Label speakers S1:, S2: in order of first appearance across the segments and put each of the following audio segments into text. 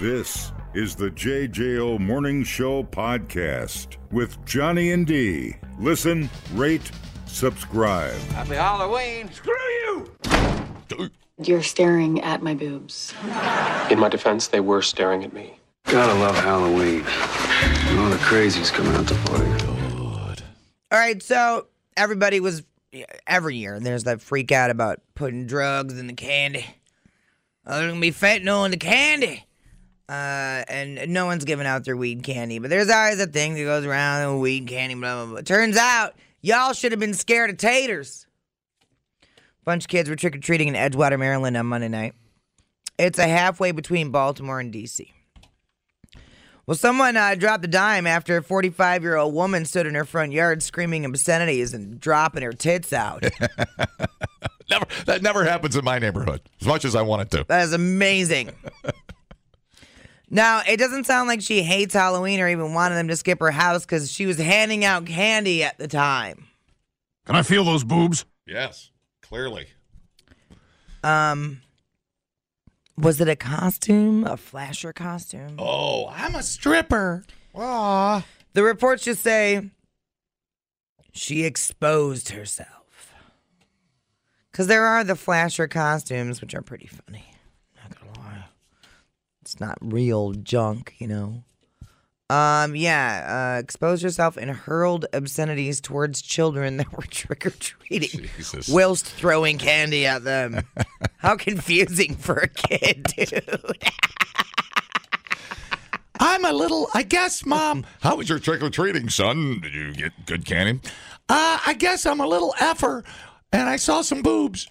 S1: This is the JJO Morning Show podcast with Johnny and D. Listen, rate, subscribe.
S2: Happy Halloween. Screw you.
S3: You're staring at my boobs.
S4: In my defense, they were staring at me.
S5: Gotta love Halloween. And all the crazies come out to play.
S6: All right, so everybody was every year there's that freak out about putting drugs in the candy. Oh, there's gonna be fentanyl in the candy. Uh, and no one's giving out their weed candy, but there's always a thing that goes around oh, weed candy, blah blah blah. Turns out y'all should have been scared of taters. Bunch of kids were trick or treating in Edgewater, Maryland on Monday night. It's a halfway between Baltimore and DC. Well, someone uh, dropped a dime after a 45 year old woman stood in her front yard screaming obscenities and dropping her tits out.
S7: Never that never happens in my neighborhood. As much as I want it to.
S6: That is amazing. now, it doesn't sound like she hates Halloween or even wanted them to skip her house because she was handing out candy at the time.
S8: Can I feel those boobs?
S7: Yes, clearly.
S6: Um, was it a costume? A flasher costume?
S7: Oh, I'm a stripper. Aw.
S6: The reports just say she exposed herself. Because there are the flasher costumes, which are pretty funny. Not gonna lie. It's not real junk, you know. Um, yeah, uh, exposed herself and hurled obscenities towards children that were trick or treating
S7: Jesus.
S6: whilst throwing candy at them. How confusing for a kid, dude.
S7: I'm a little I guess, Mom. How was your trick or treating, son? Did you get good candy? Uh, I guess I'm a little effer and I saw some boobs.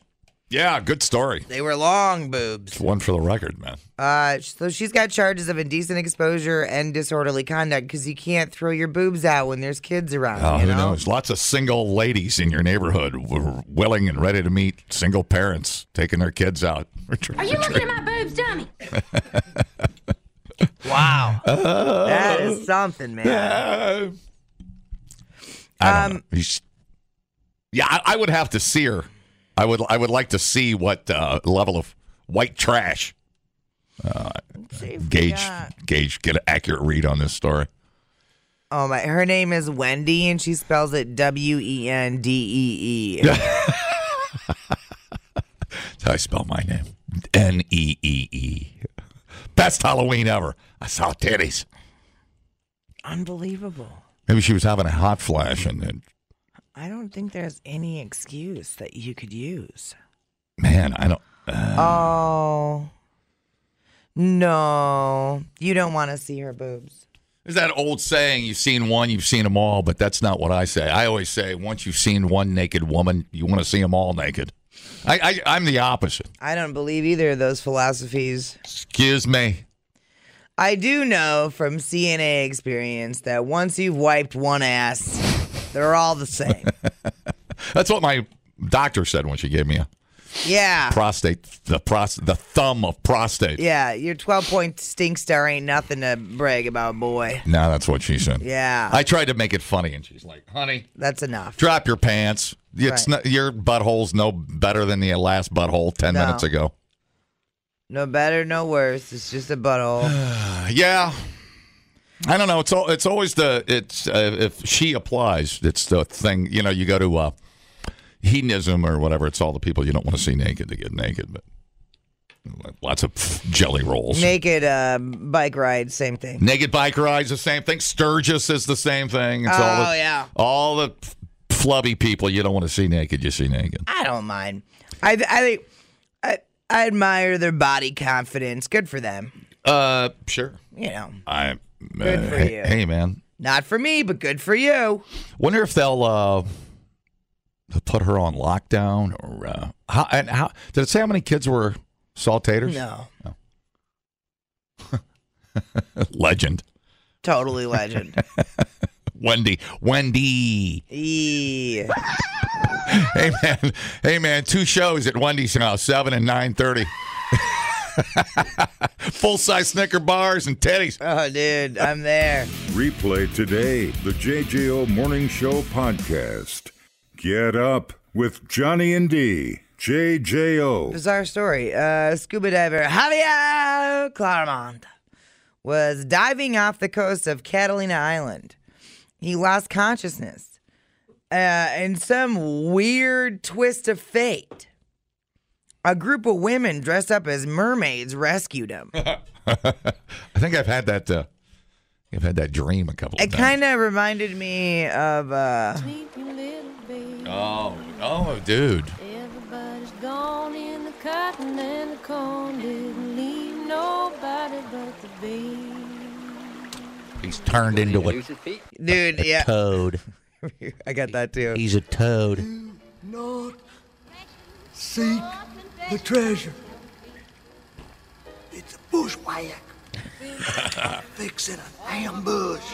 S7: Yeah, good story.
S6: They were long boobs.
S7: One for the record, man.
S6: Uh, so she's got charges of indecent exposure and disorderly conduct because you can't throw your boobs out when there's kids around.
S7: Oh,
S6: you
S7: who
S6: know?
S7: knows? Lots of single ladies in your neighborhood were willing and ready to meet single parents taking their kids out.
S9: Are you looking at my boobs, dummy?
S6: Wow, that is something, man.
S7: Uh, I don't know. He's- Yeah, I, I would have to see her. I would. I would like to see what uh, level of white trash
S6: See if we
S7: gauge
S6: got-
S7: gauge get an accurate read on this story.
S6: Oh my, her name is Wendy, and she spells it W E N D E E.
S7: That's how I spell my name. N e e e. Best Halloween ever. I saw titties.
S6: Unbelievable.
S7: Maybe she was having a hot flash, and then,
S6: I don't think there's any excuse that you could use.
S7: man, I don't.
S6: Oh no, you don't want to see her boobs.
S7: There's that old saying, you've seen one, you've seen them all, but that's not what I say. I always say, once you've seen one naked woman, you want to see them all naked. I, I, I'm the opposite.
S6: I don't believe either of those philosophies.
S7: Excuse me.
S6: I do know from CNA experience that once you've wiped one ass, they're all the same.
S7: That's what my doctor said when she gave me a
S6: Yeah.
S7: prostate, the prost, the thumb of prostate.
S6: Yeah, your 12 point stink star ain't nothing to brag about, boy.
S7: Now that's what she said.
S6: Yeah.
S7: I tried to make it funny, and she's like, honey,
S6: That's enough.
S7: drop your pants. It's
S6: Right.
S7: not, your butthole's no better than the last butthole 10
S6: No.
S7: minutes ago.
S6: No better, no worse. It's just a butthole.
S7: Yeah. I don't know. It's all. It's always the. It's uh, if she applies, it's the thing. You know, you go to uh, hedonism or whatever. It's all the people you don't want to see naked to get naked, but lots of jelly rolls.
S6: Naked uh, bike ride, same thing.
S7: Naked bike rides, the same thing. Sturgis is the same thing. It's all
S6: Oh,
S7: the,
S6: yeah.
S7: All the flubby people you don't want to see naked, you see naked.
S6: I don't mind. I, I think I, I admire their body confidence. Good for them.
S7: Uh, sure.
S6: You know,
S7: I. uh,
S6: Good for
S7: hey,
S6: you.
S7: hey, man.
S6: not for me, but good for you.
S7: Wonder if they'll uh, put her on lockdown or uh, how? And how did it say how many kids were saw taters?
S6: No,
S7: Legend,
S6: totally legend.
S7: Wendy, Wendy.
S6: Eee.
S7: Hey man, hey man. Two shows at Wendy's now, seven and nine thirty. Full size Snicker bars and teddies.
S6: Oh, dude, I'm there.
S1: Replay today the JJO Morning Show podcast. Get up with Johnny and D. JJO.
S6: Bizarre story. Uh, scuba diver Javier Claremont was diving off the coast of Catalina Island. He lost consciousness uh, in some weird twist of fate. A group of women dressed up as mermaids rescued him.
S7: I think I've had that. Uh, I've had that dream a couple.
S6: It
S7: of times.
S6: kind of reminded me of uh,
S7: Oh, oh, dude.
S9: Everybody's gone in the cotton and the corn didn't leave nobody but the bee.
S7: He's turned into a
S6: dude. Yeah,
S7: toad.
S6: I got that too.
S7: He's a toad.
S10: Not seek the treasure. It's a bushwhack. Fixing a damn bush.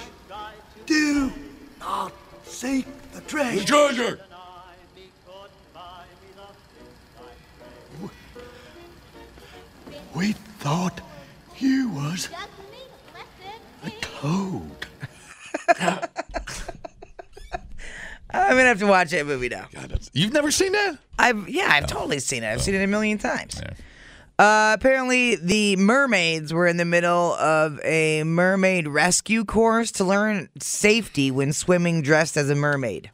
S10: Do not seek the treasure.
S7: Treasure.
S10: We thought you was a toad.
S6: I'm gonna have to watch that movie now.
S7: You've never seen that?
S6: I've yeah, I've totally seen it. I've seen it a million times. Uh, apparently, the mermaids were in the middle of a mermaid rescue course to learn safety when swimming dressed as a mermaid.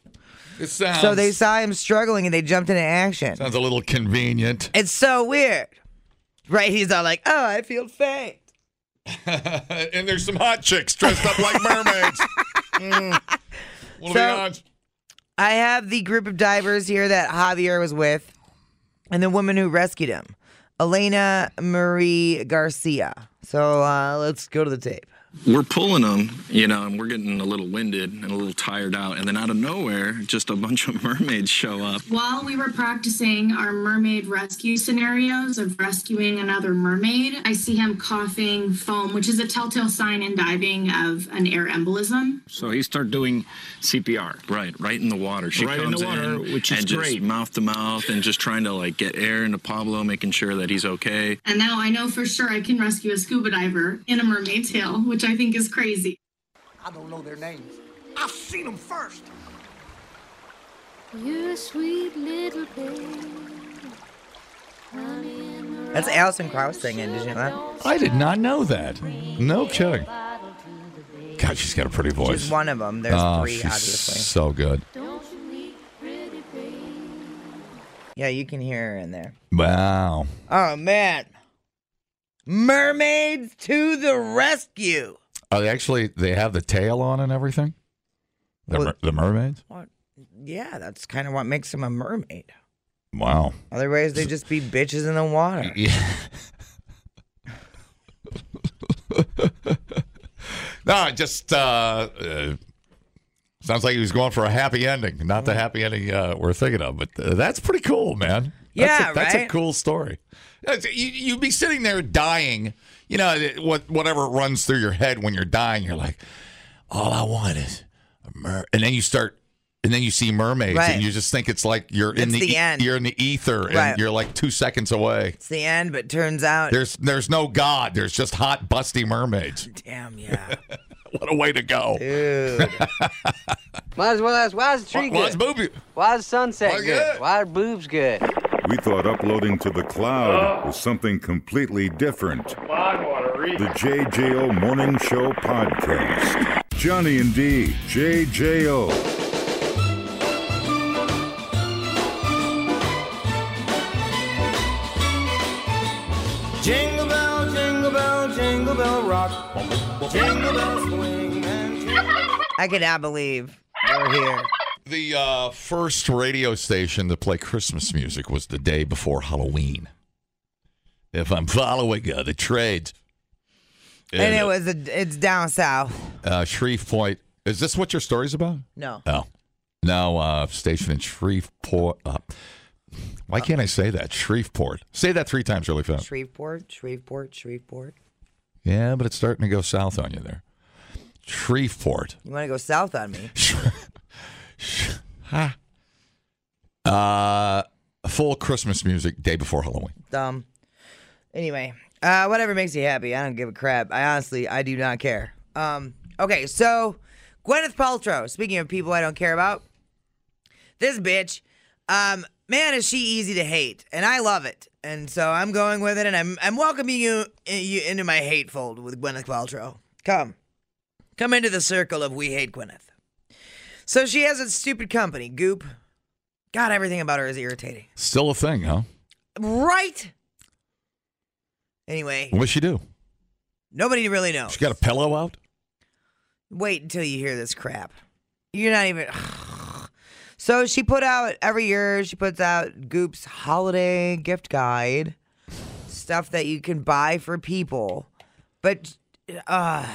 S7: It sounds.
S6: So they saw him struggling and they jumped into action.
S7: sounds a little convenient.
S6: It's so weird, right? He's all like, "Oh, I feel faint."
S7: and there's some hot chicks dressed up like mermaids. Mm. What are the
S6: So-
S7: odds?
S6: I have the group of divers here that Javier was with, and the woman who rescued him, Elena Marie Garcia. So uh, let's go to the tape.
S11: we're pulling them, you know, and Um, we're getting a little winded and a little tired out. And then out of nowhere, just a bunch of mermaids show up.
S9: While we were practicing our mermaid rescue scenarios of rescuing another mermaid, I see him coughing foam, which is a telltale sign in diving of an air embolism.
S12: So he started doing CPR.
S11: Right, right in the water. She
S12: Right in
S11: comes
S12: the water, which is
S11: and
S12: great.
S11: just mouth to mouth and just trying to like get air into Pablo, making sure that he's okay.
S9: And now I know for sure I can rescue a scuba diver in a mermaid tail, which I think is crazy.
S10: I don't know their names. I've seen them first.
S9: You're a sweet little baby.
S6: That's Alison Krauss singing. Did you know that?
S7: I did not know that. No kidding. God, she's got a pretty voice.
S6: She's one of them. There's
S7: Oh,
S6: three,
S7: she's
S6: obviously.
S7: so good.
S6: Yeah, you can hear her in there.
S7: Wow.
S6: Oh man, mermaids to the rescue!
S7: Are Oh, they actually? They have the tail on and everything. The,
S6: Well-
S7: mer- the mermaids.
S6: What? Yeah, that's kind of what makes them a mermaid.
S7: Wow.
S6: Otherwise, they just be bitches in the water.
S7: Yeah. no, it just uh, uh, sounds like he was going for a happy ending,
S6: Mm-hmm.
S7: not the happy ending uh, we're thinking of. But uh, that's pretty cool, man. That's
S6: Yeah,
S7: a, that's a
S6: right?
S7: cool story. That's- you, you'd be sitting there dying. You know, it- what whatever runs through your head when you're dying, you're like, all I want is a mer, and then you start. And then you see mermaids,
S6: Right.
S7: and you just think it's like you're in
S6: It's
S7: the, e-,
S6: the end.
S7: you're in the ether, and
S6: Right.
S7: you're like two seconds away.
S6: It's the end, but turns out,
S7: There's there's no God. There's just hot, busty mermaids.
S6: damn, yeah,
S7: What a way to go.
S6: dude.
S10: Might as well ask, why is the
S7: Why, why's booby?
S10: Why is sunset
S7: Why good? good?
S10: Why are boobs good?
S1: We thought uploading to the cloud was something completely different. The JJO Morning Show Podcast. Johnny and D, JJO.
S10: Jingle bell, jingle bell, jingle bell rock. Jingle bell swing and
S6: I cannot believe we're here.
S7: The uh, first radio station to play Christmas music was the day before Halloween. If I'm following uh, the trades,
S6: And it was a, it's down south.
S7: uh, Shreveport. Is this what your story's about?
S6: No,
S7: No, no. Uh, station in Shreveport. Uh, why can't I say that? Shreveport. Say that three times really fast.
S6: Shreveport, Shreveport, Shreveport.
S7: Yeah, but it's starting to go south on you there. Shreveport.
S6: You want to go south on me?
S7: Ha. uh, full Christmas music day before Halloween.
S6: Dumb. Anyway, uh, whatever makes you happy. I don't give a crap. I honestly, I do not care. Um, okay, so Gwyneth Paltrow. Speaking of people I don't care about, this bitch um, man, is she easy to hate, and I love it. And so I'm going with it, and I'm I'm welcoming you, eh, you into my hate fold with Gwyneth Paltrow. Come, come into the circle of we hate Gwyneth. So she has a stupid company, Goop. God, everything about her is irritating.
S7: Still a thing, huh?
S6: Right. Anyway,
S7: What'd she do?
S6: nobody really knows.
S7: She got a pillow out?
S6: Wait until you hear this crap. You're not even. So she put out every year. She puts out Goop's holiday gift guide, stuff that you can buy for people. But uh,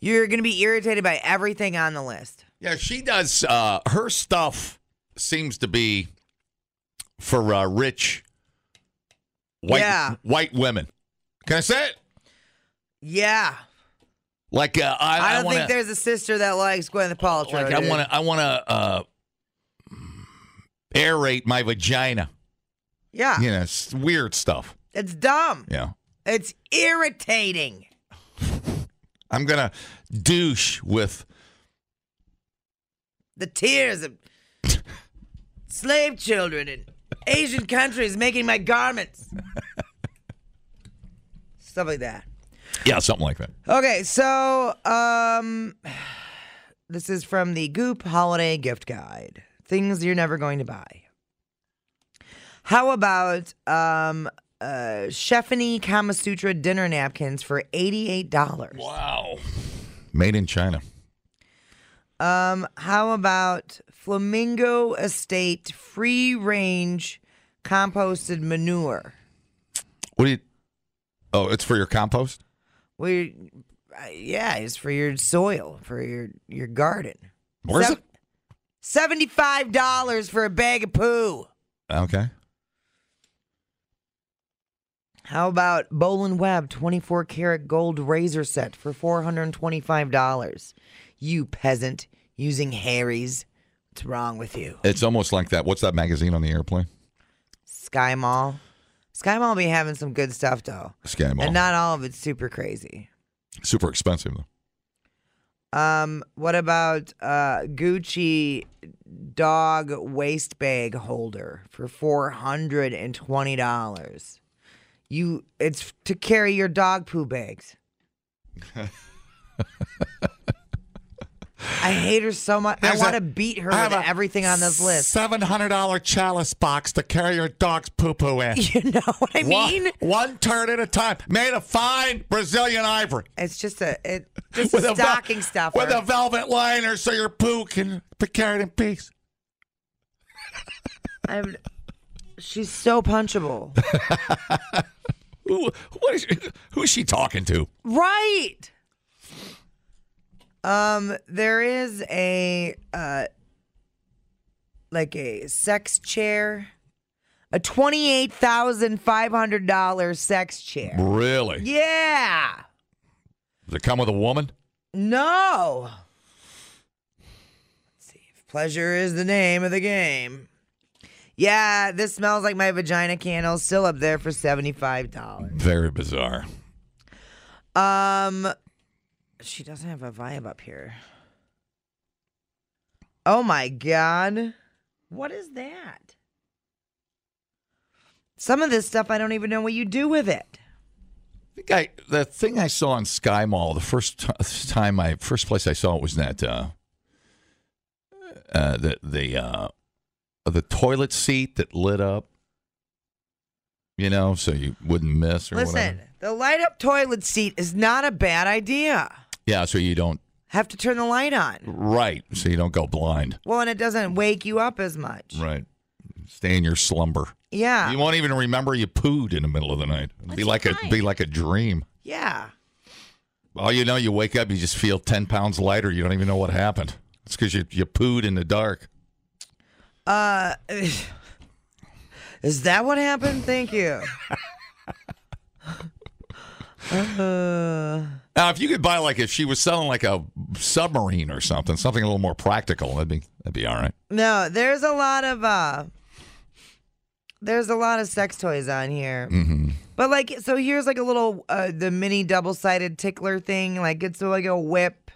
S6: you're gonna be irritated by everything on the list.
S7: Yeah, she does. Uh, her stuff seems to be for uh, rich white
S6: Yeah.
S7: white women. Can I say it?
S6: Yeah,
S7: Like uh, I,
S6: I, don't
S7: wanna,
S6: think there's a sister that likes Gwyneth Paltrow.
S7: like I
S6: dude.
S7: want to I want to uh, aerate my vagina.
S6: Yeah,
S7: You know, it's weird stuff.
S6: it's dumb.
S7: Yeah,
S6: It's irritating.
S7: I'm gonna douche with
S6: the tears of slave children in Asian countries making my garments. Stuff like that.
S7: yeah something like that.
S6: Okay, so um this is from the Goop Holiday Gift Guide. Things you're never going to buy. How about um uh Chefany Kama Sutra dinner napkins for $88?
S7: Wow. Made in China.
S6: Um, how about Flamingo Estate free range composted manure?
S7: What do you? Oh, it's for your compost.
S6: We, uh, yeah, it's for your soil, for your your garden.
S7: Where's
S6: Sev-
S7: it?
S6: Seventy-five dollars for a bag of poo.
S7: Okay.
S6: How about Bolin Webb twenty-four karat gold razor set for four hundred and twenty-five dollars? You peasant, using Harry's. What's wrong with you?
S7: It's almost like that. What's that magazine on the airplane?
S6: Sky Mall. Sky Mall be having some good stuff though.
S7: Sky Mall.
S6: And not all of it's super crazy.
S7: Super expensive though.
S6: Um, what about uh Gucci dog waste bag holder for four hundred and twenty dollars? You it's to carry your dog poo bags. I hate her so much. I
S7: There's
S6: want
S7: a-
S6: to beat her
S7: I
S6: with
S7: have a
S6: everything on this list.
S7: Seven hundred dollar chalice box to carry your dog's poo poo in.
S6: You know what I mean?
S7: One, one turn at a time. Made of fine Brazilian ivory.
S6: It's just a it just a
S7: vel-
S6: stocking stuffer.
S7: With a velvet liner so your poo can be carried in peace.
S6: I'm, she's so punchable.
S7: Who, what is, who is she talking to?
S6: Right. Um, there is a uh like a sex chair. A twenty eight thousand five hundred dollar sex chair.
S7: Really?
S6: Yeah.
S7: Does it come with a woman?
S6: No. Let's see if pleasure is the name of the game. Yeah, this smells like my vagina candle, still up there for seventy five dollars.
S7: Very bizarre.
S6: Um, she doesn't have a vibe up here. Oh my god, what is that? Some of this stuff I don't even know what you do with it.
S7: I think I, the thing I saw in Sky Mall, the first t- time I, first place I saw it was that, uh, uh, the, the, uh, the toilet seat that lit up, you know, so you wouldn't miss or
S6: Listen,
S7: whatever.
S6: the light up toilet seat is not a bad idea.
S7: Yeah, so you don't,
S6: Have to turn the light on.
S7: right, so you don't go blind.
S6: Well, and it doesn't wake you up as much.
S7: Right. Stay in your slumber.
S6: Yeah.
S7: You won't even remember you pooed in the middle of the night. It'd be like a be like a dream.
S6: yeah.
S7: All you know, you wake up, you just feel ten pounds lighter. You don't even know what happened. It's because you you pooed in the dark.
S6: Uh, is that what happened? Thank you. uh,
S7: Now, if you could buy like if she was selling like a submarine or something, something a little more practical, that'd be that'd be all right.
S6: No, there's a lot of uh there's a lot of sex toys on here.
S7: Mm-hmm.
S6: But like so here's like a little uh the mini double-sided tickler thing, like it's like a whip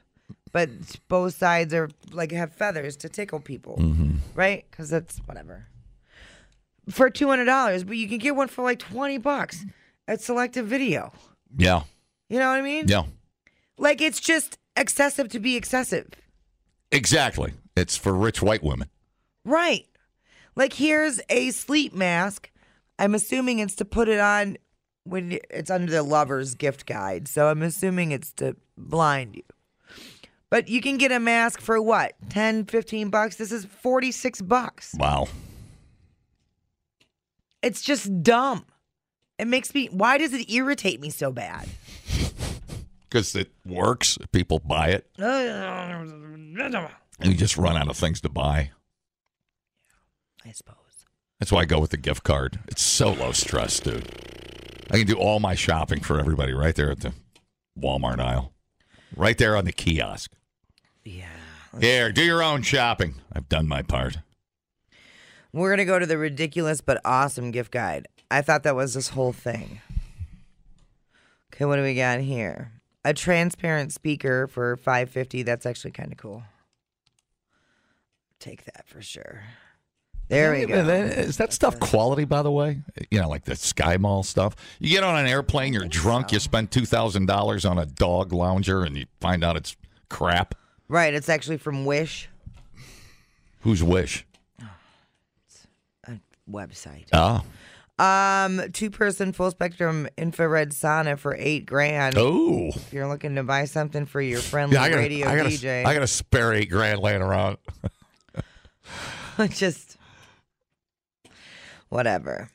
S6: but both sides are like have feathers to tickle people,
S7: Mm-hmm.
S6: right? Because that's whatever. For two hundred dollars, but you can get one for like twenty bucks at Selective Video.
S7: Yeah.
S6: You know what I mean?
S7: Yeah.
S6: Like it's just excessive to be excessive,
S7: Exactly. It's for rich white women.
S6: right? Like here's a sleep mask. I'm assuming it's to put it on when y- it's under the lover's gift guide. So I'm assuming it's to blind you. But you can get a mask for what? 10, 15 bucks. This is 46 bucks.
S7: Wow.
S6: It's just dumb. It makes me. Why does it irritate me so bad?
S7: Because it works. People buy it.
S6: I
S7: And you just run out of things to buy.
S6: suppose.
S7: That's why I go with the gift card. It's so low stress, dude. I can do all my shopping for everybody right there at the Walmart aisle, right there on the kiosk. Yeah. Here, do your own shopping. I've done my part.
S6: We're gonna go to the ridiculous but awesome gift guide. I thought that was this whole thing. Okay, what do we got here? A transparent speaker for five fifty. That's actually kind of cool. Take that for sure. There we go.
S7: Is that stuff quality, by the way? You know, like the Sky Mall stuff. You get on an airplane, you're drunk, you spend two thousand dollars on a dog lounger, and you find out it's crap.
S6: Right, it's actually from Wish
S7: Whose wish?
S6: website.
S7: Ah,
S6: Um, two person full spectrum infrared sauna for eight grand.
S7: Oh.
S6: if you're looking to buy something for your friendly
S7: yeah. I got
S6: radio
S7: I got
S6: DJ,
S7: I got a spare eight grand laying around.
S6: just whatever.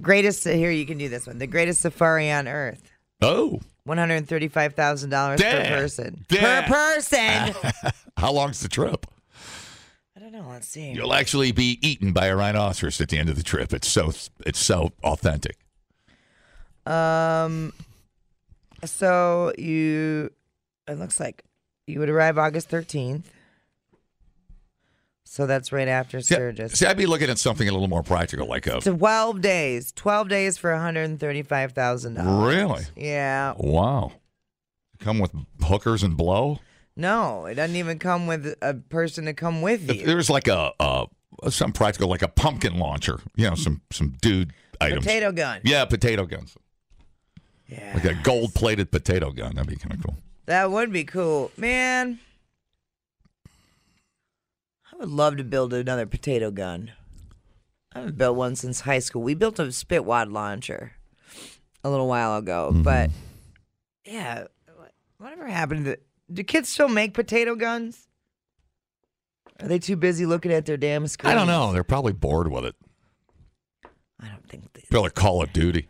S6: Greatest here, you can do this one. The greatest safari on earth.
S7: Oh,
S6: One hundred thirty-five thousand dollars per
S7: Damn.
S6: person.
S7: Damn.
S6: Per person.
S7: how long's the trip?
S6: I don't know. Let's see.
S7: You'll actually be eaten by a rhinoceros at the end of the trip. It's so it's so authentic.
S6: Um, so you, it looks like you would arrive August 13th. So that's right after Sturgis.
S7: See, I'd be looking at something a little more practical, like a
S6: 12 days. 12 days for $135,000.
S7: Really?
S6: Yeah.
S7: wow. Come with hookers and blow.
S6: No, it doesn't even come with a person to come with
S7: If
S6: you.
S7: there was like a, a some practical, like a pumpkin launcher. You know, some some dude items.
S6: Potato gun.
S7: Yeah, potato guns. Yeah. Like a gold plated potato gun. That'd be kind of cool.
S6: That would be cool. Man, I would love to build another potato gun. I haven't built one since high school. We built a spitwad launcher a little while ago,
S7: Mm-hmm.
S6: but yeah, whatever happened to do kids still make potato guns? Are they too busy looking at their damn screen?
S7: I don't know. They're probably bored with it.
S6: I don't think they
S7: Probably Call of Duty.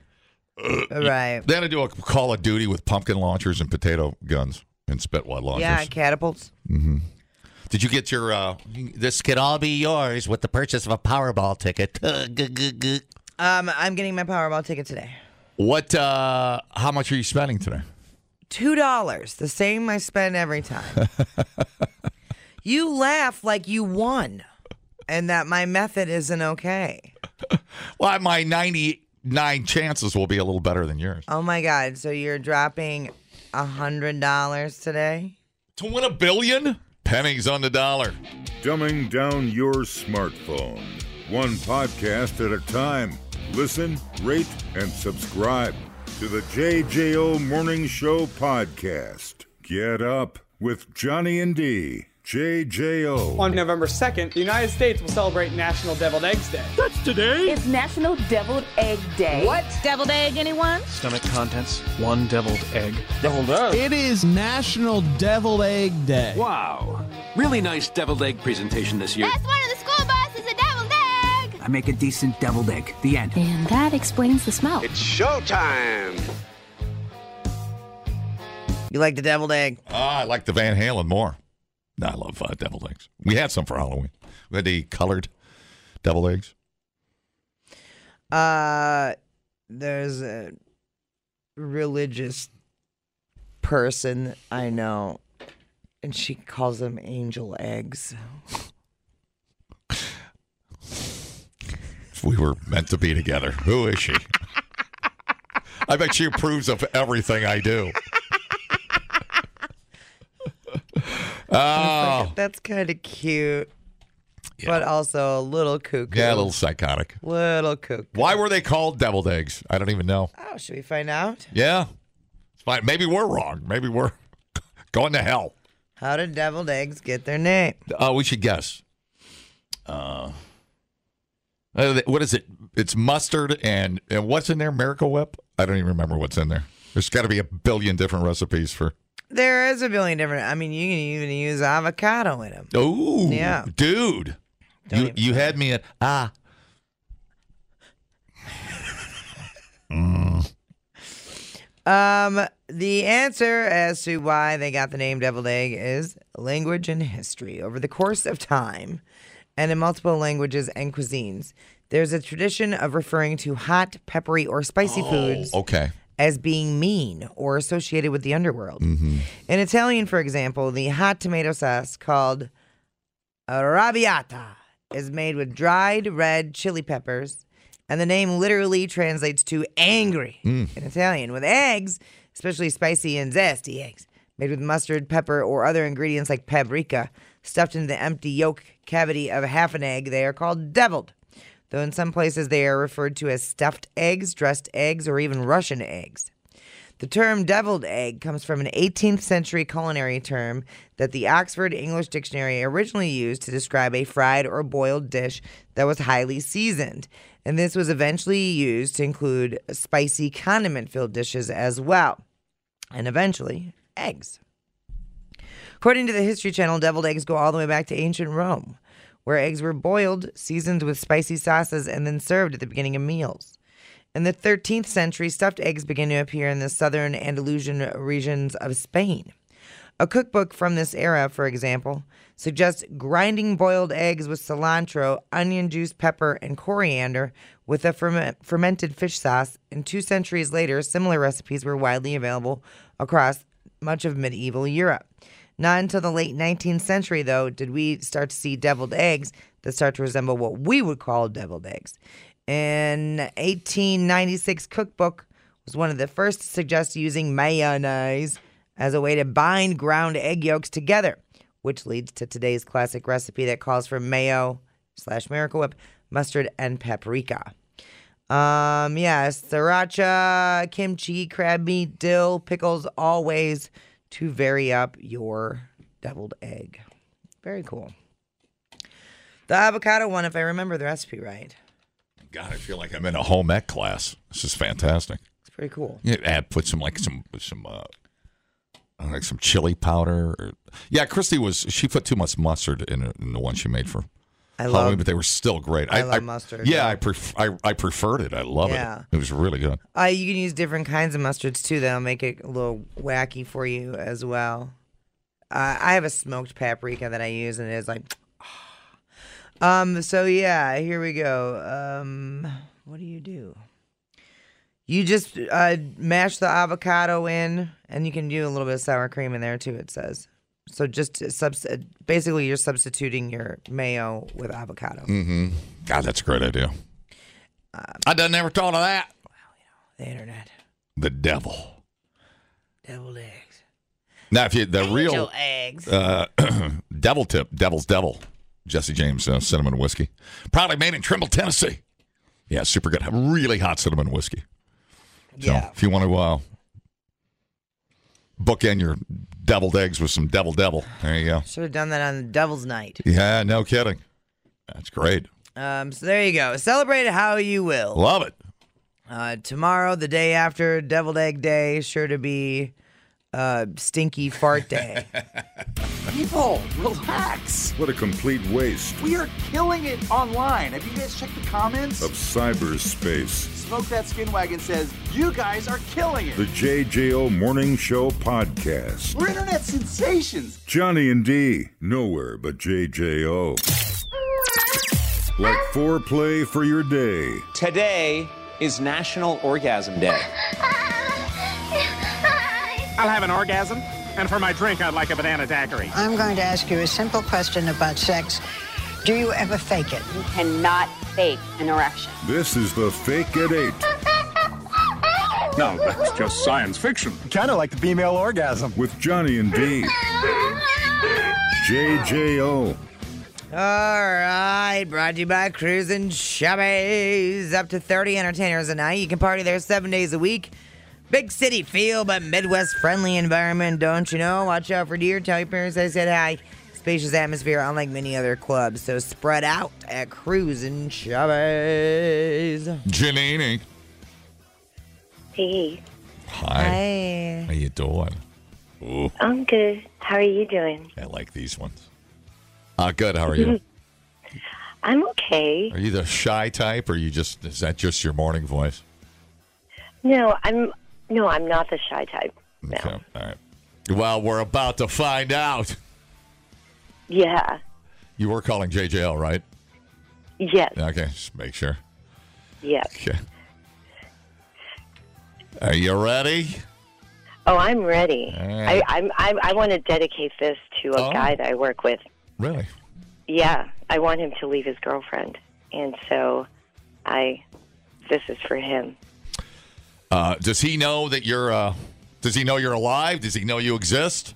S7: Ugh.
S6: Right.
S7: They had to do a Call of Duty with pumpkin launchers and potato guns and spitwad launchers.
S6: Yeah, catapults.
S7: hmm Did you get your? Uh, this could all be yours with the purchase of a Powerball ticket.
S6: Um, I'm getting my Powerball ticket today.
S7: what? Uh, how much are you spending today?
S6: Two dollars, the same I spend every time. you laugh like you won, and that my method isn't okay.
S7: Well, my ninety-nine chances will be a little better than yours
S6: Oh my god! So you're dropping a hundred dollars today?
S7: to win a billion. Pennies on the dollar.
S1: Dumbing down your smartphone. One podcast at a time. Listen, rate, and subscribe to the JJO Morning Show podcast. Get up with Johnny and D. JJO.
S13: On November 2nd, the United States will celebrate National Deviled Eggs Day. That's today.
S14: It's National Deviled Egg Day.
S13: What?
S14: Deviled Egg, anyone?
S15: Stomach contents, one deviled egg.
S13: Deviled egg?
S15: It is National Deviled Egg Day.
S16: Wow. Really nice deviled egg presentation this year.
S17: one of the school buses a deviled egg.
S16: I make a decent deviled egg. The end.
S17: And that explains the smell.
S10: It's showtime.
S6: You like the deviled egg?
S7: Ah, I like the Van Halen more. No, I love uh, deviled eggs. We had some for Halloween. We had the colored deviled eggs.
S6: Uh, there's a religious person I know, and she calls them angel eggs.
S7: We were meant to be together. Who is she? I bet she approves of everything I do. Oh.
S6: That's kind of cute, but also a little cuckoo.
S7: Yeah, a little psychotic.
S6: Little cuckoo.
S7: Why were they called deviled eggs? I don't even know.
S6: Oh, should we find out?
S7: Yeah. It's fine. Maybe we're wrong. Maybe we're going to hell.
S6: How did deviled eggs get their name?
S7: Uh, we should guess. Uh, uh, what is it? It's mustard and, and what's in there? Miracle Whip? I don't even remember what's in there. There's got to be a billion different recipes for.
S6: There is a billion different. I mean, you can even use avocado in them.
S7: Oh,
S6: Yeah.
S7: dude, you you had me at ah. Mm.
S6: Um, the answer as to why they got the name deviled egg is language and history. Over the course of time, and in multiple languages and cuisines, there's a tradition of referring to hot, peppery, or spicy
S7: Oh,
S6: foods
S7: Okay.
S6: as being mean or associated with the underworld. In Italian, for example, the hot tomato sauce called arrabbiata is made with dried red chili peppers, and the name literally translates to angry
S7: Mm.
S6: in Italian, with eggs, especially spicy and zesty eggs, made with mustard, pepper, or other ingredients like paprika, stuffed into the empty yolk cavity of half an egg. They are called deviled, though in some places they are referred to as stuffed eggs, dressed eggs, or even Russian eggs. The term deviled egg comes from an 18th century culinary term that the Oxford English Dictionary originally used to describe a fried or boiled dish that was highly seasoned. And this was eventually used to include spicy condiment filled dishes as well. And eventually, eggs. According to the History Channel, deviled eggs go all the way back to ancient Rome, where eggs were boiled, seasoned with spicy sauces, and then served at the beginning of meals. In the 13th century, stuffed eggs began to appear in the southern Andalusian regions of Spain. A cookbook from this era, for example, suggests grinding boiled eggs with cilantro, onion juice, pepper, and coriander with a ferment, fermented fish sauce, and two centuries later, similar recipes were widely available across much of medieval Europe. Not until the late 19th century, though, did we start to see deviled eggs that start to resemble what we would call deviled eggs. An 1896 cookbook was one of the first to suggest using mayonnaise as a way to bind ground egg yolks together, which leads to today's classic recipe that calls for mayo slash miracle whip, mustard, and paprika. Um, yeah, sriracha, kimchi, crab meat, dill, pickles, always to vary up your deviled egg. Very cool. The avocado one, if I remember the recipe right,
S7: God, I feel like I'm in a home ec class. This is fantastic.
S6: it's pretty cool.
S7: Yeah, add put some like some some uh, I don't know, like some chili powder. Or, yeah, Christy was she put too much mustard in, it- in the one she made for
S6: I
S7: Halloween,
S6: love-
S7: but they were still great.
S6: I love mustard,
S7: Yeah,
S6: yeah.
S7: I, pref- I I preferred it. I love
S6: Yeah.
S7: it. It was really good.
S6: Uh, you can use different kinds of mustards too. That'll make it a little wacky for you as well. Uh, I have a smoked paprika that I use, and it's like, um. So yeah, here we go. Um, what do you do? You just uh, mash the avocado in, and you can do a little bit of sour cream in there too. It says. So just to subs- uh, basically, you're substituting your mayo with avocado.
S7: Mm-hmm. God, that's a great idea.
S6: Um,
S7: I done never thought of that.
S6: The internet,
S7: The devil.
S6: deviled eggs.
S7: Now, if you the real
S6: Angel eggs.
S7: uh, devil tip, devil's devil, Jesse James uh, cinnamon whiskey, proudly made in Trimble, Tennessee. Yeah, super good, really hot cinnamon whiskey. So
S6: Yeah.
S7: if you want to uh, book in your deviled eggs with some devil devil, there you go.
S6: Should have done that on Devil's Night.
S7: Yeah, no kidding. That's great.
S6: Um, so there you go. Celebrate it how you will.
S7: Love it.
S6: Uh, tomorrow, the day after, Deviled Egg Day, sure to be uh, Stinky Fart Day.
S10: People, relax.
S1: What a complete waste
S10: We are killing it online. Have you guys checked the comments?
S1: of cyberspace.
S10: Smoke That Skin Wagon says, You guys are killing it.
S1: The JJO Morning Show Podcast.
S10: We're internet sensations.
S1: Johnny and D, nowhere but JJO. Like foreplay for your day.
S18: Today is National Orgasm Day.
S13: I'll have an orgasm, and for my drink, I'd like a banana daiquiri.
S19: I'm going to ask you a simple question about sex. Do you ever fake it? You cannot fake an erection.
S1: This is the Fake at 8.
S8: No, that's just science fiction.
S1: Kind of like the female orgasm. With Johnny and D. JJO.
S6: All right, brought to you by Cruise and Chubbies. Up to 30 entertainers a night. You can party there seven days a week. Big city feel, but Midwest friendly environment, don't you know? Watch out for deer. Tell your parents I said hi. Spacious atmosphere, unlike many other clubs. So spread out at Cruise and Chubbies.
S7: Janini.
S2: Hey,
S7: Hi. How you doing? Ooh,
S2: I'm good. How are you doing?
S7: I like these ones. Uh, good. How are you?
S2: I'm okay.
S7: Are you the shy type, or you just is that just your morning voice?
S2: No, I'm no, I'm not the shy type.
S7: Okay. All right. Well, we're about to find out.
S2: Yeah.
S7: You were calling JJL, right?
S2: Yes.
S7: Okay. Just make sure.
S2: Yes.
S7: Okay. Are you ready?
S2: Oh, I'm ready.
S7: All right.
S2: I, I'm, I I want to dedicate this to a
S7: Oh.
S2: guy that I work with.
S7: Really?
S2: Yeah, I want him to leave his girlfriend, and so I this is for him.
S7: Uh, does he know that you're? Uh, does he know you're alive? Does he know you exist?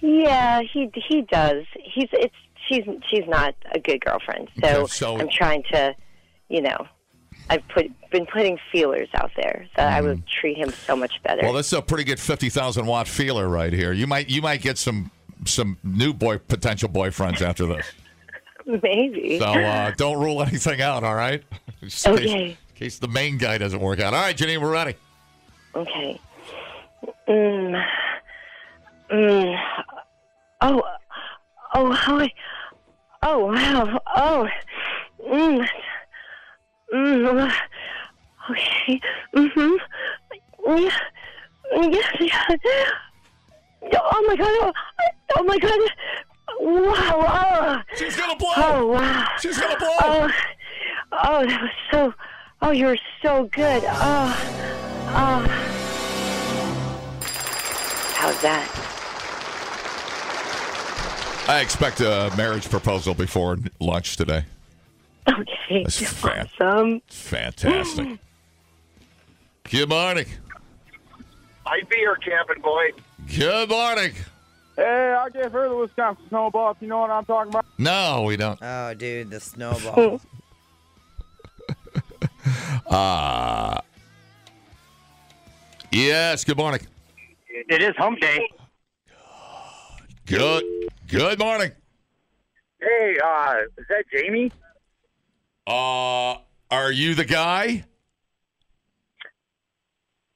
S2: Yeah, he he does. He's it's she's she's not a good girlfriend, so,
S7: Okay, so-
S2: I'm trying to, you know, I've put been putting feelers out there that I would treat him so much better.
S7: Mm. Well, this is a pretty good fifty thousand watt feeler right here. You might you might get some some new boy potential boyfriends after this.
S2: Maybe.
S7: So uh, don't rule anything out. All right. Just in Case,
S2: Okay.
S7: in case the main guy doesn't work out. All right, Janine, we're ready.
S2: Okay. Mm. Mm. Oh. Oh. How I. Oh wow. Oh. Mm. Mm. Okay. Mhm. Yeah. Yes. Yeah. Oh my god. Oh, oh my god. Wow. Oh.
S7: She's gonna blow.
S2: Oh wow.
S7: She's gonna blow.
S2: Oh. Oh, that was so. Oh, you were so good. Oh. Oh. How's that?
S7: I expect a marriage proposal before lunch today.
S2: Okay.
S7: That's fat.
S2: Awesome.
S7: Fantastic. Good morning.
S10: I'd be your cabin boy.
S7: Good morning.
S10: Hey, I gave her the Wisconsin snowball. If you know what I'm talking about.
S7: No, we don't.
S6: Oh, dude, the snowball.
S7: Uh, yes, good morning.
S10: It is hump day.
S7: Good good morning.
S10: Hey, uh, is that Jamie?
S7: Uh are you the guy?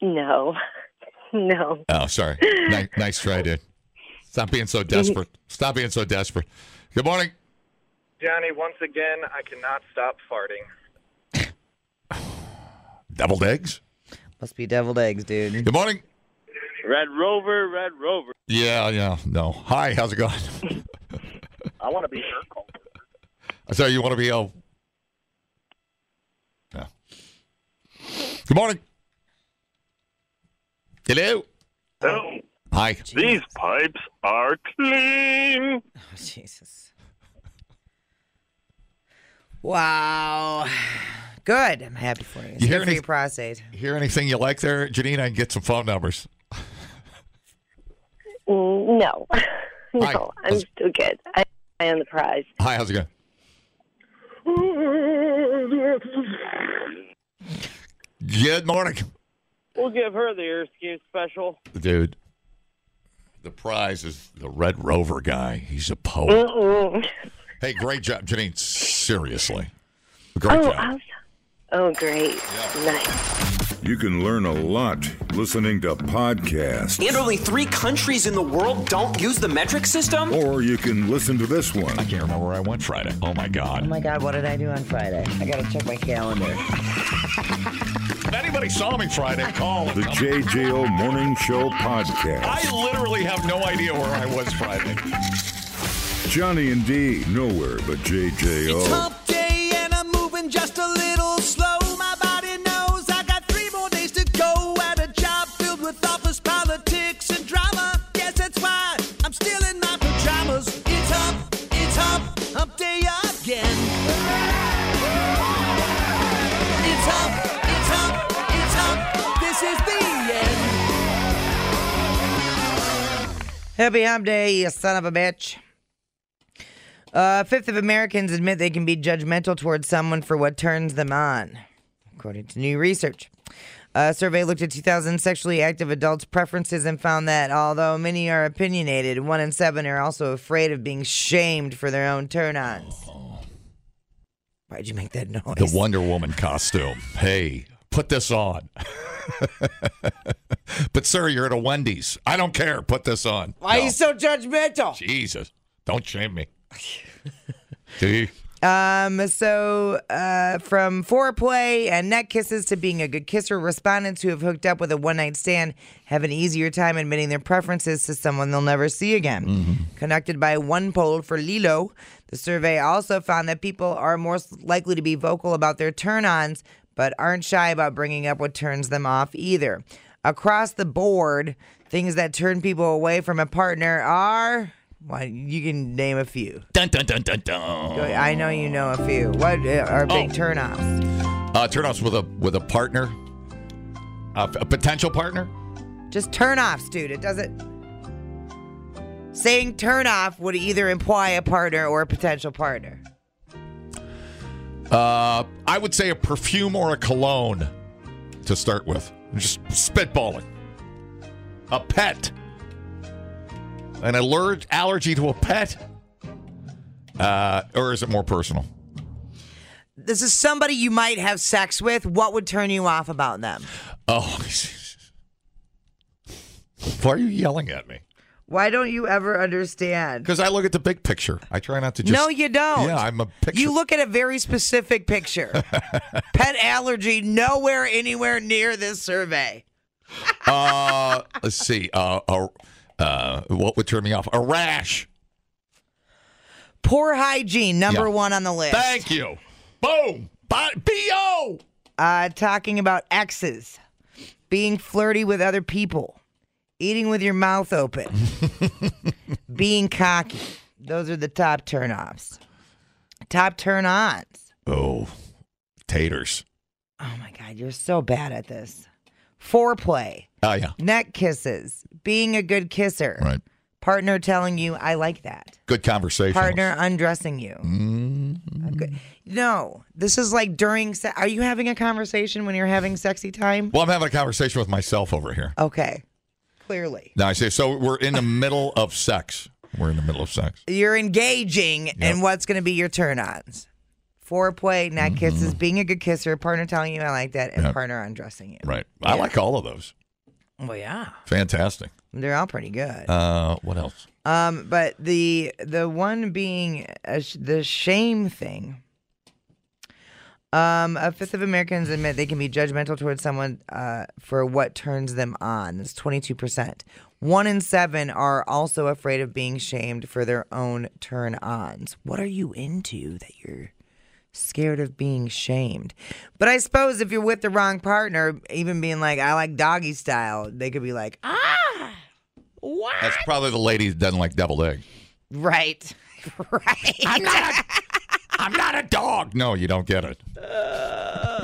S2: No. No.
S7: Oh, sorry. nice, nice try, dude. Stop being so desperate. Stop being so desperate. Good morning.
S20: Johnny, once again, I cannot stop farting.
S7: Deviled eggs?
S6: Must be deviled eggs, dude.
S7: Good morning.
S20: Red Rover, Red Rover.
S7: Yeah, yeah, no. Hi, how's it going?
S20: I want to be Urkel.
S7: So you want to be a Yeah. Good morning. Hello.
S20: Hello.
S7: Hi.
S20: These pipes are clean.
S6: Oh, Jesus. Wow. Good. I'm happy for you. It's good
S7: You hear
S6: for
S7: any-
S6: your prostate.
S7: Hear anything you like there, Janine? I can get some phone numbers.
S2: Mm, No. No,
S7: Hi.
S2: I'm still good. I, I am the prize.
S7: Hi, how's it going? Good morning,
S21: We'll give her the ear skin special.
S7: dude. The prize is the Red Rover guy. He's a poet.
S20: Oh.
S2: Mm-mm.
S7: hey, great job, Janine. Seriously, great
S2: Oh,
S7: job.
S2: awesome. Oh, great. Nice.
S1: You can learn a lot listening to podcasts.
S22: And only three countries in the world don't use the metric system?
S1: Or you can listen to this one. I
S7: can't remember where I went Friday. Oh my
S6: Oh
S7: God.
S6: my God, what did I do on Friday? I gotta check my calendar.
S7: If anybody saw me Friday, call.
S1: The JJO Morning Show Podcast.
S7: I literally have no idea where I was Friday.
S1: Johnny and D, nowhere but JJO.
S23: Hump day and I'm moving just a little slow. My body knows I got three more days to go at a job filled with office politics and drama. Yes, that's why I'm still in my pajamas. It's hump, it's hump, hump day again. It's hump, it's hump, it's hump. This is the end.
S6: Happy hump day, you son of a bitch. Uh, a fifth of Americans admit they can be judgmental towards someone for what turns them on, according to new research. A survey looked at 2,000 sexually active adults' preferences and found that although many are opinionated, one in seven are also afraid of being shamed for their own turn ons. Why'd you make that noise?
S7: The Wonder Woman costume. Hey, put this on. but sir, you're at a Wendy's. I don't care. Put this on.
S6: Why are
S7: No.
S6: you so judgmental?
S7: Jesus, don't shame me. Gee.
S6: Um, so uh, from foreplay and neck kisses to being a good kisser, respondents who have hooked up with a one night stand have an easier time admitting their preferences to someone they'll never see again. Conducted by one poll for Lilo, the survey also found that people are more s- likely to be vocal about their turn ons, but aren't shy about bringing up what turns them off either. Across the board, things that turn people away from a partner are. Well, you can name a few.
S7: Dun dun dun dun dun.
S6: Go- I know you know a few. What uh, are big
S7: Oh.
S6: turnoffs?
S7: Uh, turnoffs with a with a partner, a, a potential partner.
S6: Just turnoffs, dude. It doesn't. Saying turnoff would either imply a partner or a potential partner.
S7: Uh, I would say a perfume or a cologne to start with. I'm just spitballing. A pet. An aller- allergy to a pet. Uh, or is it more personal?
S6: This is somebody you might have sex with. What would turn you off about them?
S7: Oh, why are you yelling at me?
S6: Why don't you ever understand?
S7: Because I look at the big picture. I try not to just.
S6: no, you don't.
S7: Yeah, I'm a picture.
S6: You look at a very specific picture. Pet allergy nowhere anywhere near this survey.
S7: uh, let's see. Uh, uh, uh, what would turn me off? A rash.
S6: Poor hygiene, number
S7: Yeah.
S6: one on the list.
S7: Thank you. Boom. B.O.
S6: Uh, talking about exes, being flirty with other people, eating with your mouth open, being cocky. Those are the top turnoffs. Top turn ons.
S7: Oh, taters.
S6: Oh my God, you're so bad at this. Foreplay,
S7: Oh, yeah.
S6: neck kisses, being a good kisser.
S7: Right.
S6: Partner telling you, I like that.
S7: Good conversation.
S6: Partner undressing you. Okay. No, this is like during. Se- are you having a conversation when you're having sexy time?
S7: Well, I'm having a conversation with myself over here.
S6: Okay. Clearly.
S7: Now I say, so we're in the middle of sex. We're in the middle of sex.
S6: You're engaging in what's going to be your turn ons. Foreplay, neck kisses, being a good kisser, partner telling you I like that, and
S7: Yep.
S6: partner undressing you.
S7: Right. I like all of those.
S6: Well, yeah.
S7: Fantastic.
S6: They're all pretty good.
S7: Uh, what else?
S6: Um, but the the one being uh, sh- the shame thing. Um, a fifth of Americans admit they can be judgmental towards someone uh, for what turns them on. That's twenty two percent. One in seven are also afraid of being shamed for their own turn ons. What are you into that you're scared of being shamed? But I suppose if you're with the wrong partner, even being like, I like doggy style, they could be like, ah, what?
S7: That's probably the lady that doesn't like deviled egg.
S6: Right. Right. I'm not a,
S7: I'm not a dog. No, you don't get it. Uh.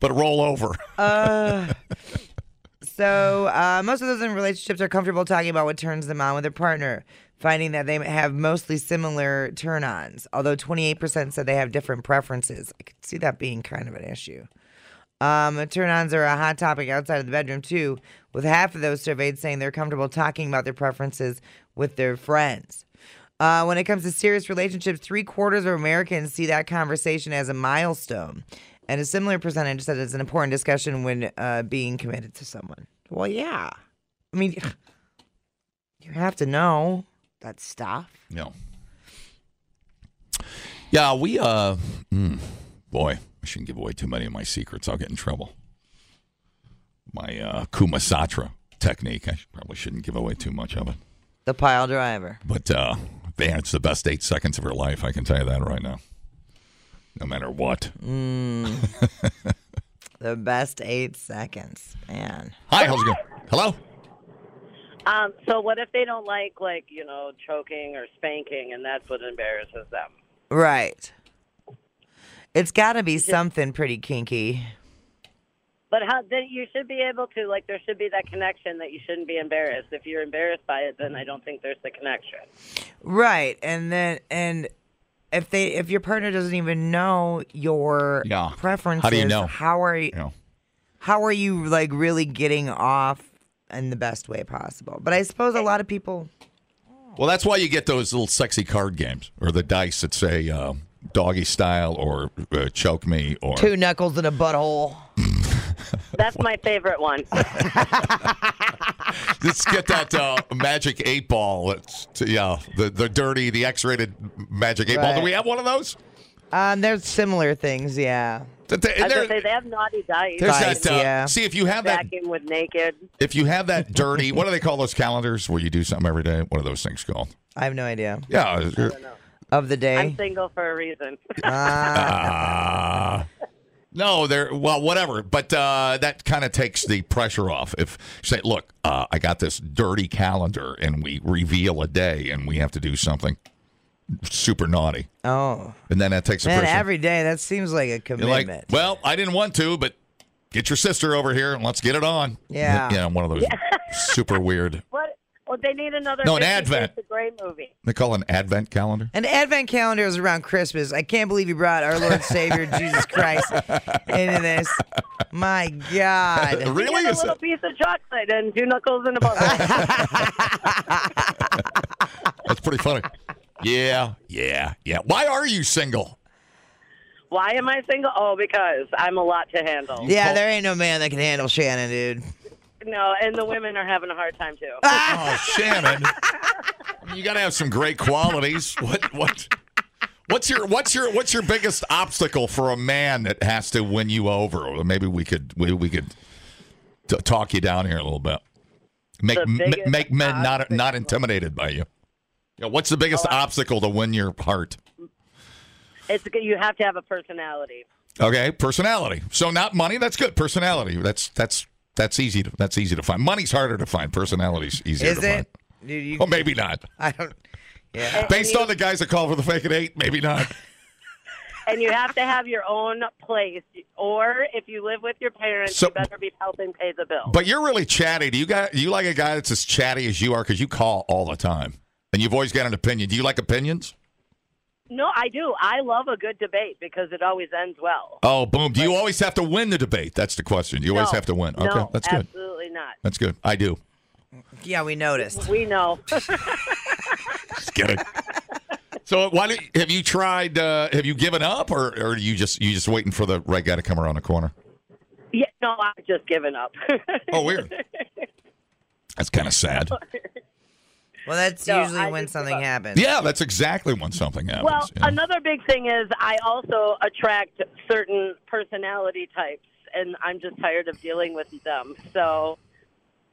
S7: but roll over.
S6: Uh, so uh, most of those in relationships are comfortable talking about what turns them on with their partner, finding that they have mostly similar turn-ons. Although 28% said they have different preferences. I could see that being kind of an issue. Um, turn-ons are a hot topic outside of the bedroom too, with half of those surveyed saying they're comfortable talking about their preferences with their friends. Uh, when it comes to serious relationships, three quarters of Americans see that conversation as a milestone, and a similar percentage said it's an important discussion when uh, being committed to someone. Well, yeah. I mean, you have to know that stuff.
S7: No. Yeah, we uh mm, boy, I shouldn't give away too many of my secrets. I'll get in trouble. My uh Kumasatra technique. I should, probably shouldn't give away too much of it.
S6: The pile driver.
S7: But uh man, it's the best eight seconds of her life, I can tell you that right now. No matter what.
S6: The best eight seconds, man.
S7: Hi, how's it going? Hello?
S2: Um, so what if they don't like like you know choking or spanking, and that's what embarrasses them?
S6: Right. It's got to be something pretty kinky.
S2: But how then you should be able to like there should be that connection that you shouldn't be embarrassed. If you're embarrassed by it, then I don't think there's the connection.
S6: Right. And then and if they if your partner doesn't even know your
S7: Yeah.
S6: preferences,
S7: How do you know?
S6: How are you?
S7: Yeah.
S6: How are you like really getting off in the best way possible? But I suppose a lot of people.
S7: Well, that's why you get those little sexy card games or the dice that say uh, doggy style or uh, choke me or
S6: Two knuckles in a butthole.
S2: That's my favorite one.
S7: Let's get that uh, magic eight ball. It's, yeah, the the dirty, the X-rated magic eight ball. Do
S6: Right.
S7: we have one of those?
S6: Um, there's similar things, yeah.
S7: Th- th-
S2: I was
S7: there-
S2: gonna say they have naughty dice.
S7: There's that, uh, Yeah. see, if you have that-
S2: vacuum with naked.
S7: If you have that dirty, what do they call those calendars where you do something every day? What are those things called?
S6: I have no idea.
S7: Yeah,
S6: of the day.
S2: I'm single for a reason.
S7: Ah. no, they're well, whatever. But uh, that kind of takes the pressure off. If you say, look, uh, I got this dirty calendar, and we reveal a day, and we have to do something super naughty,
S6: Oh
S7: and then that takes the
S6: man,
S7: pressure.
S6: every day that seems like a
S7: You're like,
S6: commitment.
S7: well, I didn't want to, but get your sister over here and let's get it on.
S6: Yeah.
S7: yeah, one of those super weird.
S2: What? Well, they need another.
S7: No, an
S2: 50
S7: advent.
S2: Shades of Grey movie.
S7: They call it an advent calendar.
S6: An advent calendar is around Christmas. I can't believe you brought our Lord and Savior Jesus Christ into this. My God.
S2: You get a little piece of chocolate and two knuckles in a bottle.
S7: That's pretty funny. yeah, yeah, yeah. Why are you single?
S2: Why am I single? Oh, because I'm a lot to handle.
S6: Yeah, there ain't no man that can handle Shannon, dude.
S2: No, and the women are having a hard time too.
S7: Oh, Shannon, you got to have some great qualities. What what? What's your what's your what's your biggest obstacle for a man that has to win you over? Or Maybe we could we, we could t- talk you down here a little bit. Make
S2: The
S7: m-
S2: biggest
S7: make men not not intimidated by you. Yeah, what's the
S2: Oh,
S7: biggest obstacle to win your heart?
S2: It's good. You have to have a personality.
S7: Okay, personality. So not money. That's good. Personality. That's that's that's easy. To, that's easy to find. Money's harder to find. Personality's easier
S6: Is
S7: to find.
S6: it? Dude, you,
S7: Well, maybe not.
S6: I don't. Yeah.
S7: Based on the guys that call for the fake at eight, maybe not.
S2: And you have to have your own place. Or if you live with your parents,
S7: So-
S2: you better be helping pay the bill.
S7: But you're really chatty. Do you got you like a guy that's as chatty as you are because you call all the time and you've always got an opinion. Do you like opinions?
S2: No, I do. I love a good debate because it always ends well.
S7: Oh, boom. Do you always have to win the debate? That's the question. You always
S2: No.
S7: have to win. Okay,
S2: No,
S7: that's good.
S2: Absolutely not.
S7: That's good. I do.
S6: Yeah, we noticed.
S2: We know.
S7: Just kidding. so why do, have you tried? Uh, have you given up, or, or are you just you just waiting for the right guy to come around the corner?
S2: yeah, no, I've just given up.
S7: Oh, weird. That's kind of sad.
S6: Well, that's
S2: No,
S6: usually
S2: I
S6: when something happens.
S7: Yeah, that's exactly when something happens.
S2: well, another big thing is I also attract certain personality types, and I'm just tired of dealing with them. So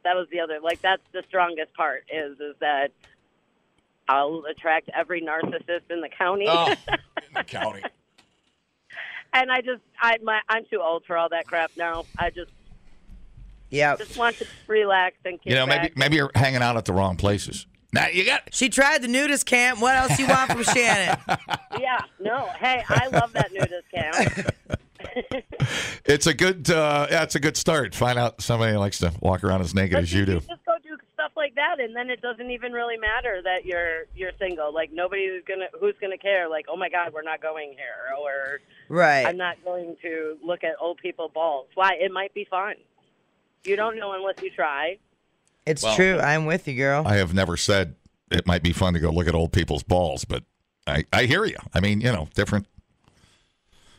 S2: that was the other. Like that's the strongest part is is that I'll attract every narcissist in the county.
S7: Oh, county.
S2: and I just I my I'm too old for all that crap now. I just
S6: Yeah.
S2: just want to relax and kick
S7: You know, maybe
S2: back.
S7: maybe you're hanging out at the wrong places. Now you got
S6: She tried the nudist camp. What else you want from Shannon?
S2: Yeah, no. Hey, I love that nudist camp.
S7: It's a good uh, yeah, it's a good start. Find out somebody that likes to walk around as naked as you do.
S2: Just go do stuff like that, and then it doesn't even really matter that you're you're single. Like nobody's gonna who's gonna care. Like, oh my God, we're not going here, or
S6: Right.
S2: I'm not going to look at old people balls. Why? It might be fun. You don't know unless you try.
S6: It's
S7: Well-
S6: true. I'm with you, girl.
S7: I have never said it might be fun to go look at old people's balls, but I, I hear you. I mean, you know, different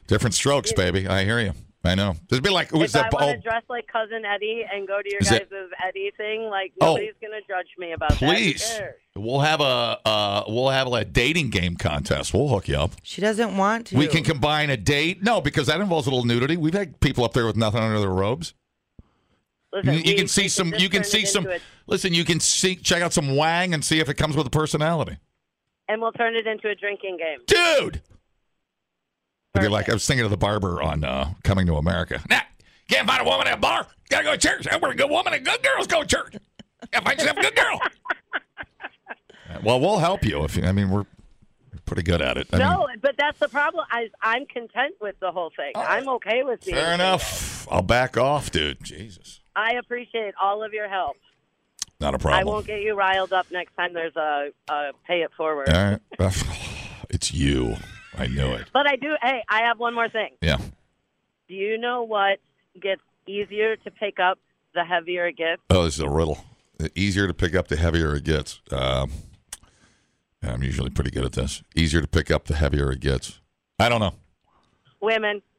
S7: different strokes, baby. I hear you. I know. It'd be like who's
S2: if
S7: that?
S2: I want to
S7: oh,
S2: dress like cousin Eddie and go to your
S7: Is
S2: guys'
S7: it-
S2: Eddie thing, like
S7: Oh.
S2: nobody's gonna judge me about that. Who
S7: please.
S2: cares?
S7: We'll have a uh, we'll have a dating game contest. We'll hook you up.
S6: She doesn't want to.
S7: We can combine a date. No, because that involves a little nudity. We've had people up there with nothing under their robes.
S2: Listen,
S7: you, you
S2: we-
S7: can see
S2: we
S7: some.
S2: just
S7: You can
S2: turn
S7: see
S2: it
S7: some.
S2: into a-
S7: Listen, you can see. Check out some wang and see if it comes with a personality,
S2: and we'll turn it into a drinking game.
S7: dude. It'd be like I was thinking of the barber on uh, Coming to America. Nah, can't find a woman at a bar. Gotta go to church. Every good woman and good girls go to church. Gotta find yourself a good girl. well, we'll help you if you, I mean we're pretty good at it. I mean,
S2: no, but that's the problem. I, I'm content with the whole thing. I'm okay with being.
S7: Oh. fair enough. I'll back off, dude. Jesus,
S2: I appreciate all of your help.
S7: not a
S2: I
S7: problem.
S2: won't get you riled up next time there's a, a pay it forward.
S7: All right. it's you. I knew it.
S2: But I do. Hey, I have one more thing.
S7: Yeah.
S2: Do you know what gets easier to pick up the heavier it gets?
S7: Oh, this is a riddle. The easier to pick up, the heavier it gets. Um, I'm usually pretty good at this. Easier to pick up, the heavier it gets. I don't know.
S2: Women.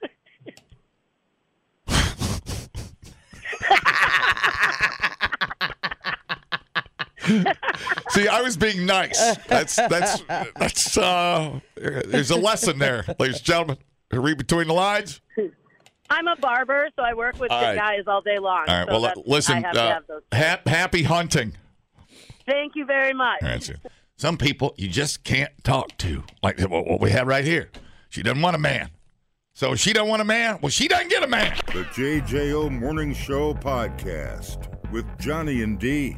S7: See, I was being nice. That's that's that's. Uh, there's a lesson there, ladies and gentlemen. Read between the lines.
S2: I'm a barber, so I work with
S7: All
S2: good
S7: right.
S2: guys all day long.
S7: All right.
S2: so
S7: Well,
S2: that's- I
S7: listen.
S2: have to
S7: uh,
S2: have those.
S7: hap- happy hunting.
S2: Thank you very much.
S7: That's it. Some people you just can't talk to, like what what we have right here. She doesn't want a man, so she don't want a man. Well, she doesn't get a man.
S1: The JJO Morning Show podcast with Johnny and D.